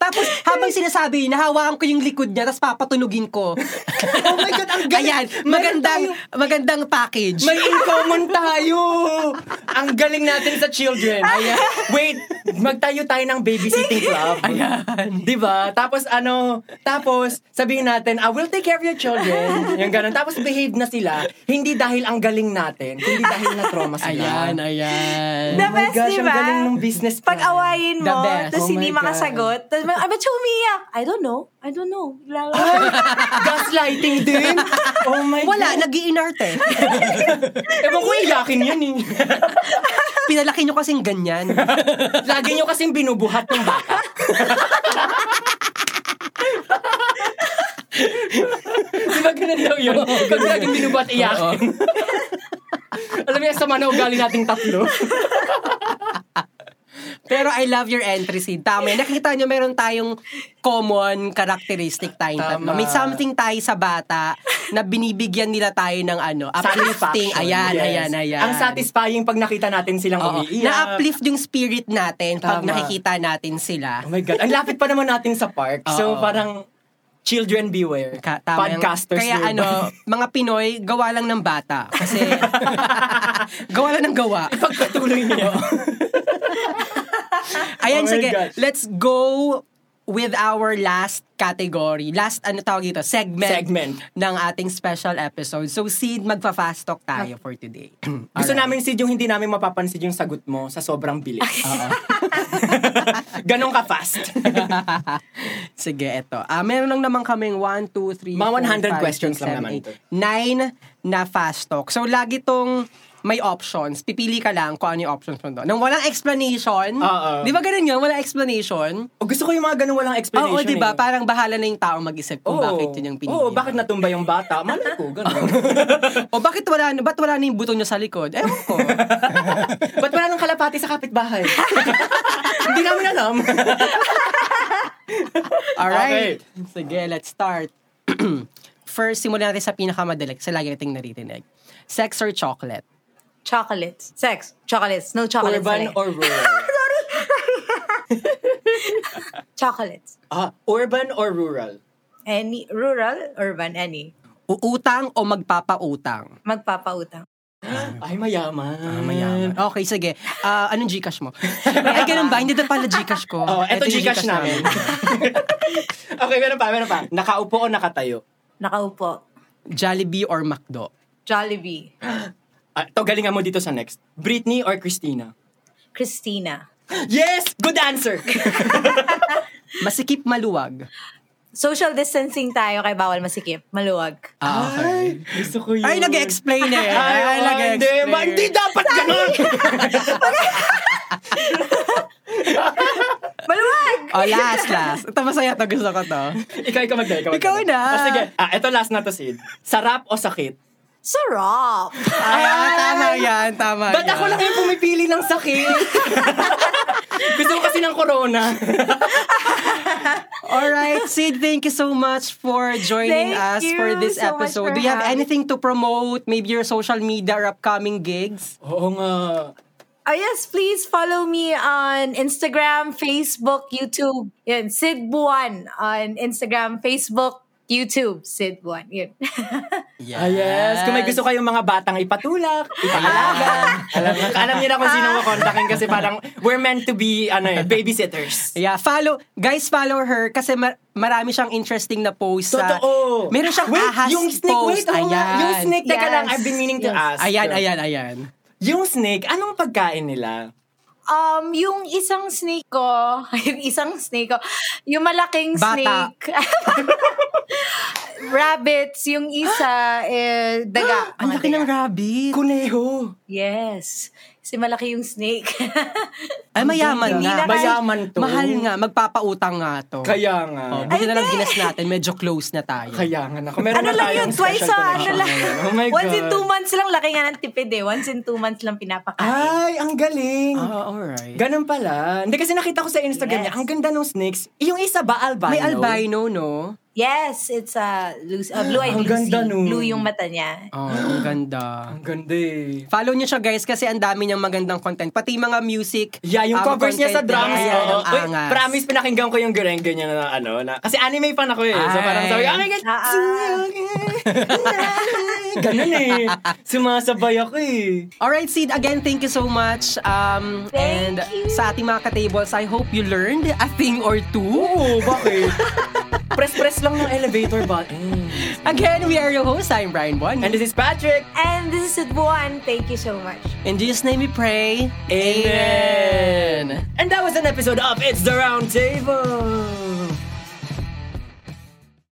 Speaker 1: Tapos, habang sinasabi, nahawaan ko yung likod niya, tapos papatunugin ko.
Speaker 2: *laughs* oh my God, ang galing.
Speaker 1: Ayan,
Speaker 2: Meron
Speaker 1: magandang,
Speaker 2: tayo-
Speaker 1: magandang package.
Speaker 2: May in common tayo. Ang galing natin sa children. Ayan. Wait, magtayo tayo ng babysitting club.
Speaker 1: Ayan.
Speaker 2: Di ba? Ah, Tapos ano, tapos sabihin natin, I will take care of your children. Yung ganun. Tapos behave na sila. Hindi dahil ang galing natin, kundi dahil na-trauma
Speaker 1: Ayan,
Speaker 2: sila.
Speaker 1: ayan.
Speaker 3: *laughs* The
Speaker 2: Oh my
Speaker 3: best,
Speaker 2: gosh, ang
Speaker 3: diba?
Speaker 2: galing ng business plan.
Speaker 3: Pag-awayin
Speaker 1: The
Speaker 3: mo,
Speaker 1: best.
Speaker 3: tapos
Speaker 2: Oh
Speaker 3: hindi
Speaker 2: my God.
Speaker 3: makasagot. Tapos, mag- "Ah, ba't siya umiiyak? I don't know. I don't know. Lalo.
Speaker 2: Gaslighting din. Oh my
Speaker 1: Wala, eh.
Speaker 2: God.
Speaker 1: nag iinarte
Speaker 2: Ewan ko, iyakin yan eh.
Speaker 1: Pinalaki nyo kasing ganyan.
Speaker 2: Lagi nyo kasing binubuhat ng bata. Di ba ganun daw yun? Pag laging binubuhat, iyakin. Alam niya, sama na ugali nating tatlo.
Speaker 1: Pero I love your entry, Sid. Tama. yan. Nakikita nyo, meron tayong common characteristic tayong
Speaker 2: Tama.
Speaker 1: tatlo. May something tayo sa bata na binibigyan nila tayo ng ano, uplifting.
Speaker 2: Satisfaction,
Speaker 1: Ayan,
Speaker 2: yes.
Speaker 1: ayan, ayan.
Speaker 2: Ang satisfying pag nakita natin silang
Speaker 1: Oo.
Speaker 2: umiiyak.
Speaker 1: Na-uplift yung spirit natin pag
Speaker 2: Tama.
Speaker 1: nakikita natin sila.
Speaker 2: Oh my God. Ang lapit pa naman natin sa park.
Speaker 1: Oo.
Speaker 2: So parang, children beware.
Speaker 1: Ka- tama yung-
Speaker 2: Podcasters
Speaker 1: Kaya
Speaker 2: beware.
Speaker 1: ano, mga Pinoy, gawa lang ng bata. Kasi, gawa lang ng gawa.
Speaker 2: *laughs* Pagpatuloy niyo.
Speaker 1: Ayan,
Speaker 2: Oh my
Speaker 1: sige.
Speaker 2: gosh.
Speaker 1: Let's go with our last category. Last, ano tawag dito? Segment.
Speaker 2: *laughs* Segment.
Speaker 1: Ng ating special episode. So, Sid, magpa-fast talk
Speaker 2: Ah.
Speaker 1: tayo for today. *clears throat*
Speaker 2: Gusto namin, Sid, yung hindi namin mapapansin yung sagot mo sa sobrang bilis. *laughs* Ganon ka fast.
Speaker 1: Sige, eto. Ah, meron lang naman kaming 1, 2, 3,
Speaker 2: Mga 100 questions lang naman ito.
Speaker 1: 9 na fast talk. So, lagi tong may options. Pipili ka lang kung ano yung options mo doon. Nang walang explanation.
Speaker 2: Oo.
Speaker 1: Di ba ganun yun? Walang explanation.
Speaker 2: O, Oh, gusto ko yung mga ganun walang explanation.
Speaker 1: Oo, di ba?
Speaker 2: eh.
Speaker 1: Parang bahala na yung tao mag-isip kung bakit yun yung pinili.
Speaker 2: Oo,
Speaker 1: niya.
Speaker 2: bakit natumba yung bata? Malay ko, ganun.
Speaker 1: *laughs* o bakit wala, na- ba't wala na yung buto nyo sa likod? Ewan
Speaker 2: *laughs*
Speaker 1: ko.
Speaker 2: Ba't wala nang kalapati sa kapitbahay? *laughs* hindi namin alam.
Speaker 1: Alright. Sige, let's start. *clears throat* First, simulan natin sa pinakamadali kasi lagi nating naririnig. Sex or chocolate?
Speaker 3: chocolates. Sex. Chocolates. No chocolates.
Speaker 2: urban
Speaker 3: talaga.
Speaker 2: or *laughs* rural?
Speaker 3: chocolates.
Speaker 2: Ah, urban or rural?
Speaker 3: Any. Rural, urban, any.
Speaker 1: Uutang o magpapautang?
Speaker 3: Magpapautang.
Speaker 2: Ay, mayaman.
Speaker 1: Ah, mayaman. Okay, sige. Ah, anong Gcash mo? Ay, ganun ba? Hindi na pala Gcash ko.
Speaker 2: Oh, eto,
Speaker 1: Eto yung
Speaker 2: Gcash namin. *laughs* okay, meron pa, meron pa. Nakaupo o nakatayo?
Speaker 3: Nakaupo.
Speaker 1: Jollibee or McDo?
Speaker 3: Jollibee.
Speaker 2: Ah, to, galingan mo dito sa next. Britney or Christina?
Speaker 3: Christina.
Speaker 2: Yes! Good *laughs* answer!
Speaker 1: Masikip maluwag?
Speaker 3: Social distancing tayo kay bawal masikip. Maluwag.
Speaker 1: Ah, okay.
Speaker 2: gusto ko yun.
Speaker 1: Ay, nag-explain eh. Ay,
Speaker 2: Ay, oh, hindi.
Speaker 1: nag-explain.
Speaker 2: Ba, hindi dapat ganun. *laughs*
Speaker 3: Maluwag!
Speaker 1: Oh, last, last. Ito, masaya to. Gusto ko to.
Speaker 2: ikaw, ikaw magdala. Ikaw,
Speaker 1: Ikaw
Speaker 2: magdala.
Speaker 1: na.
Speaker 2: Ah, sige, ah, ito last na to, Sid. Sarap o sakit?
Speaker 3: Sarap!
Speaker 1: Ay, ah, tama yan. Tama
Speaker 2: Ah, Ba't
Speaker 1: yan.
Speaker 2: ako lang yung pumipili ng sakit?
Speaker 1: *laughs*
Speaker 2: gusto ko kasi ng corona.
Speaker 1: Alright, Sid, thank you so much for joining
Speaker 3: Thank
Speaker 1: us for
Speaker 3: you
Speaker 1: this
Speaker 3: so much
Speaker 1: episode.
Speaker 3: for
Speaker 1: Do you have
Speaker 3: having-
Speaker 1: anything to promote? Maybe your social media or upcoming gigs?
Speaker 2: *laughs* Oo nga.
Speaker 3: Oh yes, please follow me on Instagram, Facebook, YouTube. Yan, Sid Buwan on Instagram, Facebook, YouTube, Sid Buwan. Yun. *laughs*
Speaker 1: Yes.
Speaker 2: Ah, yes. Kung may gusto kayong mga batang ipatulak,
Speaker 3: Ah.
Speaker 2: ipaalaga. alam, alam niyo na kung sino mo kontakin kasi parang we're meant to be ano eh, babysitters.
Speaker 1: Yeah, follow, guys, follow her kasi mar- marami siyang interesting na post sa...
Speaker 2: Totoo.
Speaker 1: Meron siyang
Speaker 2: wait,
Speaker 1: ahas
Speaker 2: yung snake,
Speaker 1: post.
Speaker 2: wait, oo nga.
Speaker 1: ayan.
Speaker 2: Yung snake, teka
Speaker 3: Yes.
Speaker 2: lang, I've been meaning to
Speaker 3: Yes.
Speaker 2: ask.
Speaker 1: Ayan, ayan, ayan.
Speaker 2: Yung snake, anong pagkain nila?
Speaker 3: Um, yung isang snake ko, *laughs* yung isang snake ko, yung malaking
Speaker 1: Bata.
Speaker 3: snake. *laughs* Rabbits, yung isa, eh, daga.
Speaker 1: Ang
Speaker 2: *gasps*
Speaker 3: Mga
Speaker 1: laki
Speaker 3: daga.
Speaker 1: ng rabbit.
Speaker 2: Kuneho.
Speaker 3: Yes. si malaki yung snake. *laughs*
Speaker 1: Ay, mayaman
Speaker 3: Hindi
Speaker 1: nga.
Speaker 3: na kaya-
Speaker 2: Mayaman to.
Speaker 1: Mahal nga. Magpapautang nga to.
Speaker 2: Kaya nga.
Speaker 1: Oh, buti na lang ginas natin. Medyo close na tayo.
Speaker 2: Kaya nga na. Meron
Speaker 3: ano
Speaker 2: na
Speaker 3: lang yun,
Speaker 2: tayong
Speaker 3: twice
Speaker 2: special
Speaker 3: sa ano
Speaker 2: connection
Speaker 3: lang.
Speaker 2: ngayon. Oh my God.
Speaker 3: Once in two months lang, laki nga ng tipid eh. Once in two months lang pinapakain.
Speaker 2: Ay, ang galing.
Speaker 1: Ah, alright.
Speaker 2: Ganun pala. Hindi kasi nakita ko sa Instagram
Speaker 3: Yes.
Speaker 2: niya, ang ganda ng snakes. Yung isa ba, albino?
Speaker 1: May albino, no?
Speaker 3: Yes, it's a Lucy, uh, blue eyed
Speaker 2: Ang
Speaker 3: Lucy.
Speaker 2: ganda nun.
Speaker 3: Blue yung mata niya.
Speaker 1: Oh, ang ganda.
Speaker 2: Ang ganda eh.
Speaker 1: Follow niyo siya guys kasi ang dami niyang magandang content. Pati mga music.
Speaker 2: Yeah,
Speaker 1: um,
Speaker 2: yung covers niya sa
Speaker 1: content
Speaker 2: drums.
Speaker 1: niya,
Speaker 3: yeah,
Speaker 2: oo.
Speaker 1: ang
Speaker 2: Uy,
Speaker 1: angas.
Speaker 2: promise, pinakinggan ko yung gerenge niya na ano. Na, kasi anime fan ako eh. So
Speaker 1: Ay.
Speaker 2: parang sabi, ko, oh my God,
Speaker 3: Ah,
Speaker 2: *laughs*
Speaker 3: ah.
Speaker 2: ganun eh. Sumasabay ako eh.
Speaker 1: Alright, Sid, again, thank you so much. Um,
Speaker 3: Thank
Speaker 1: and
Speaker 3: you.
Speaker 1: sa ating mga ka-tables, I hope you learned a thing or two.
Speaker 2: Oo, bakit? eh. Press-press lang ng elevator button.
Speaker 1: *laughs* Again, we are your hosts. I'm Brian Bon.
Speaker 2: And this is Patrick.
Speaker 3: And this is Sudbuan. Thank you so much.
Speaker 1: In Jesus' name we pray.
Speaker 2: Amen. And that was an episode of It's the Round Table.